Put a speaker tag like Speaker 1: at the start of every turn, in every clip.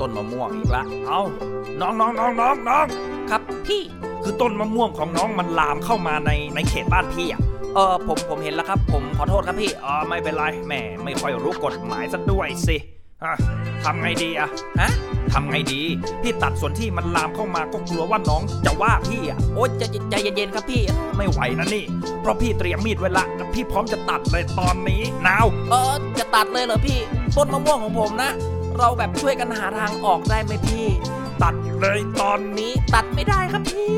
Speaker 1: ต้นมะม่วงอีกละ เอาน้องน้องน้องน้องน้องครับพี่ คือต้นมะม่วงของน้องมันลามเข้ามาในในเขตบ้านพี่อ่ะ เออผมผมเห็นแล้วครับ ผมขอโทษครับพี่เออไม่เป็นไรแหมไม่ค่อยรู้กฎหมายซะด้วยสิอ่ะทำไงดีอ่ะฮะทำไงดี พี่ตัดส่วนที่มันลามเข้ามาก็กลัวว่าน้องจะว่าพี่อ่ะโอ๊ยใจใจใจเย็นๆครับพี่ ไม่ไหวนะนี่ เพราะพี่เตรียมมีดไว้ละแล้วพี่พร้อมจะตัดเลยตอนนี้นาว
Speaker 2: เออจะตัดเลยเหรอพี่ ต้นมะม่วงของผมนะ เราแบบช่วยกันหาทางออกได้ไหมพี่
Speaker 1: ตัดเลยตอนนี้
Speaker 2: นี้ตัดไม่ได้ครับพี่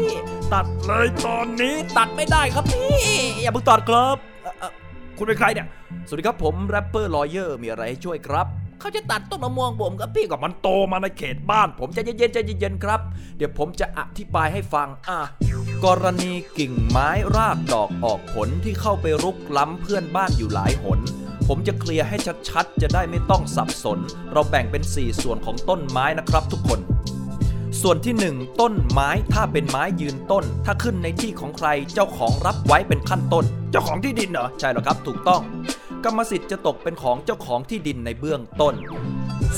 Speaker 1: ตัดเลยตอนนี้
Speaker 2: ตัดไม่ได้ครับพี่
Speaker 1: อย่าเพิ่งตอดครับเอ่อเอ่อคุณเป็นใครเนี่ย สวัสดีครับผมแรปเปอร์ลอเยอร์มีอะไรให้ช่วยครับ
Speaker 2: เขาจะตัดต้นมะม่วงผมครับพี่
Speaker 1: พี่กับมันโตมาในเขตบ้านผมใจเย็นๆใจเย็นๆครับ เดี๋ยวผมจะอธิบายให้ฟังอ่ะกรณีกิ่งไม้รากดอกออกผลที่เข้าไปรุกล้ำเพื่อนบ้านอยู่หลายหน ผมจะเคลียร์ให้ชัดๆ จะได้ไม่ต้องสับสน เราแบ่งเป็น 4 ส่วนของต้นไม้นะครับทุกคน ส่วนที่ 1 ต้นไม้ถ้าเป็นไม้ยืนต้น ถ้าขึ้นในที่ของใครเจ้าของรับไว้เป็นขั้นต้น เจ้าของที่ดินเหรอใช่แล้วครับถูกต้อง กรรมสิทธิ์จะตกเป็นของเจ้าของที่ดินในเบื้องต้น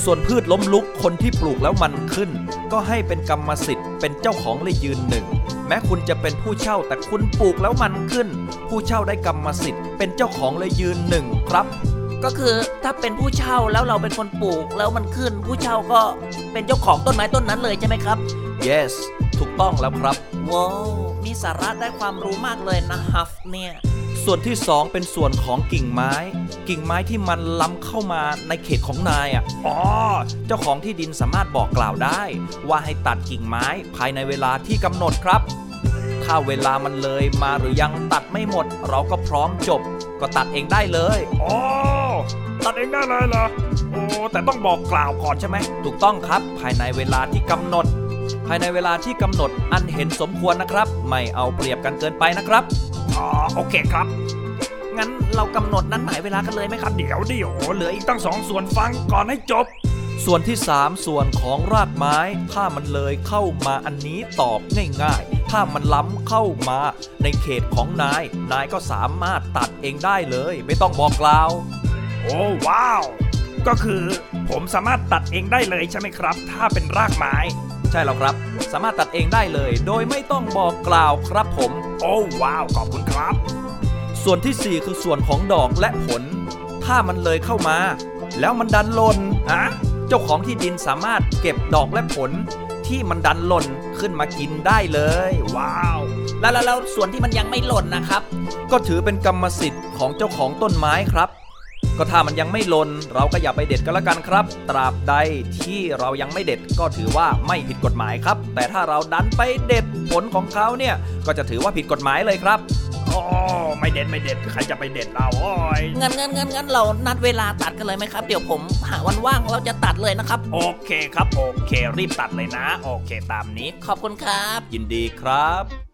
Speaker 1: ส่วนพืชล้มลุกคนที่ปลูกแล้วมันขึ้น ก็ให้เป็นกรรมสิทธิ์เป็นเจ้าของเลยยืนหนึ่ง แม้คุณจะเป็นผู้เช่าแต่คุณปลูกแล้วมันขึ้น ผู้เช่าได้กรรมสิทธิ์เป็นเจ้าของเลยยืนหนึ่งครับ
Speaker 2: ก็คือถ้าเป็นผู้เช่าแล้วเราเป็นคนปลูกแล้วมันขึ้น ผู้เช่าก็เป็นเจ้าของต้นไม้ต้นนั้นเลยใช่ไหมครับ
Speaker 1: yes ถูกต้องแล้วครับ
Speaker 2: ว้าวมีสาระได้ความรู้มากเลยนะฮัฟเนี่ย
Speaker 1: ส่วนที่ 2 เป็นส่วนของกิ่งไม้ กิ่งไม้ที่มันล้ำเข้ามาในเขตของนายอ่ะอ๋อเจ้าของที่ดินสามารถบอกกล่าวได้ ว่าให้ตัดกิ่งไม้ภายในเวลาที่กำหนดครับ ถ้าเวลามันเลยมาหรือยังตัดไม่หมด เราก็พร้อมจบ ก็ตัดเองได้เลยอ๋อตัดเองได้เลยเหรอโอ้แต่ต้องบอกกล่าวก่อนใช่ไหมถูกต้องครับภายในเวลาที่กำหนด ภายในเวลาที่กำหนดอันเห็นสมควรนะครับ ไม่เอาเปรียบกันเกินไปนะครับ อ๋อโอเคครับ งั้นเรากำหนดนั้นหมายเวลากันเลยไหมครับ เดี๋ยวเดี๋ยวเหลืออีกตั้งสองส่วนฟังก่อนให้จบ ส่วนที่ 3 ส่วนของรากไม้ ถ้ามันเลยเข้ามาอันนี้ตอบง่ายๆ ถ้ามันล้ำเข้ามา ในเขตของนาย นายก็สามารถตัดเองได้เลย ไม่ต้องบอกกล่าว โอ้ว้าว ก็คือผมสามารถตัดเองได้เลยใช่ไหมครับ ถ้าเป็นรากไม้ ใช่แล้วครับ สามารถตัดเองได้เลย โดยไม่ต้องบอกกล่าวครับผม โอ้ว้าวขอบคุณครับ ส่วนที่ 4 คือส่วนของดอกและผล ถ้ามันเลยเข้ามา แล้วมันดันหล่นฮะเจ้าของที่ดินสามารถเก็บดอกและผล ที่มันดันหล่นขึ้นมากินได้เลย ว้าว
Speaker 2: แล้วแล้วแล้วส่วนที่มันยังไม่หล่นนะครับ
Speaker 1: ก็ถือเป็นกรรมสิทธิ์ของเจ้าของต้นไม้ครับ ก็ถ้ามันยังไม่ลน เราก็อย่าไปเด็ดก็แล้วกันครับ ตราบใดที่เรายังไม่เด็ดก็ถือว่าไม่ผิดกฎหมายครับ แต่ถ้าเราดันไปเด็ดผลของเขาเนี่ย ก็จะถือว่าผิดกฎหมายเลยครับอ๋อไม่เด็ดไม่เด็ดใครจะไปเด็ดเราโอ้ย
Speaker 2: งั้นงั้นงั้นงั้นเรานัดเวลาตัดกันเลยไหมครับ เดี๋ยวผมหาวันว่างเราจะตัดเลยนะครับ
Speaker 1: โอเคครับ โอเค รีบตัดเลยนะ โอเคตามนี้
Speaker 2: ขอบคุณครับ
Speaker 1: ยินดีครับ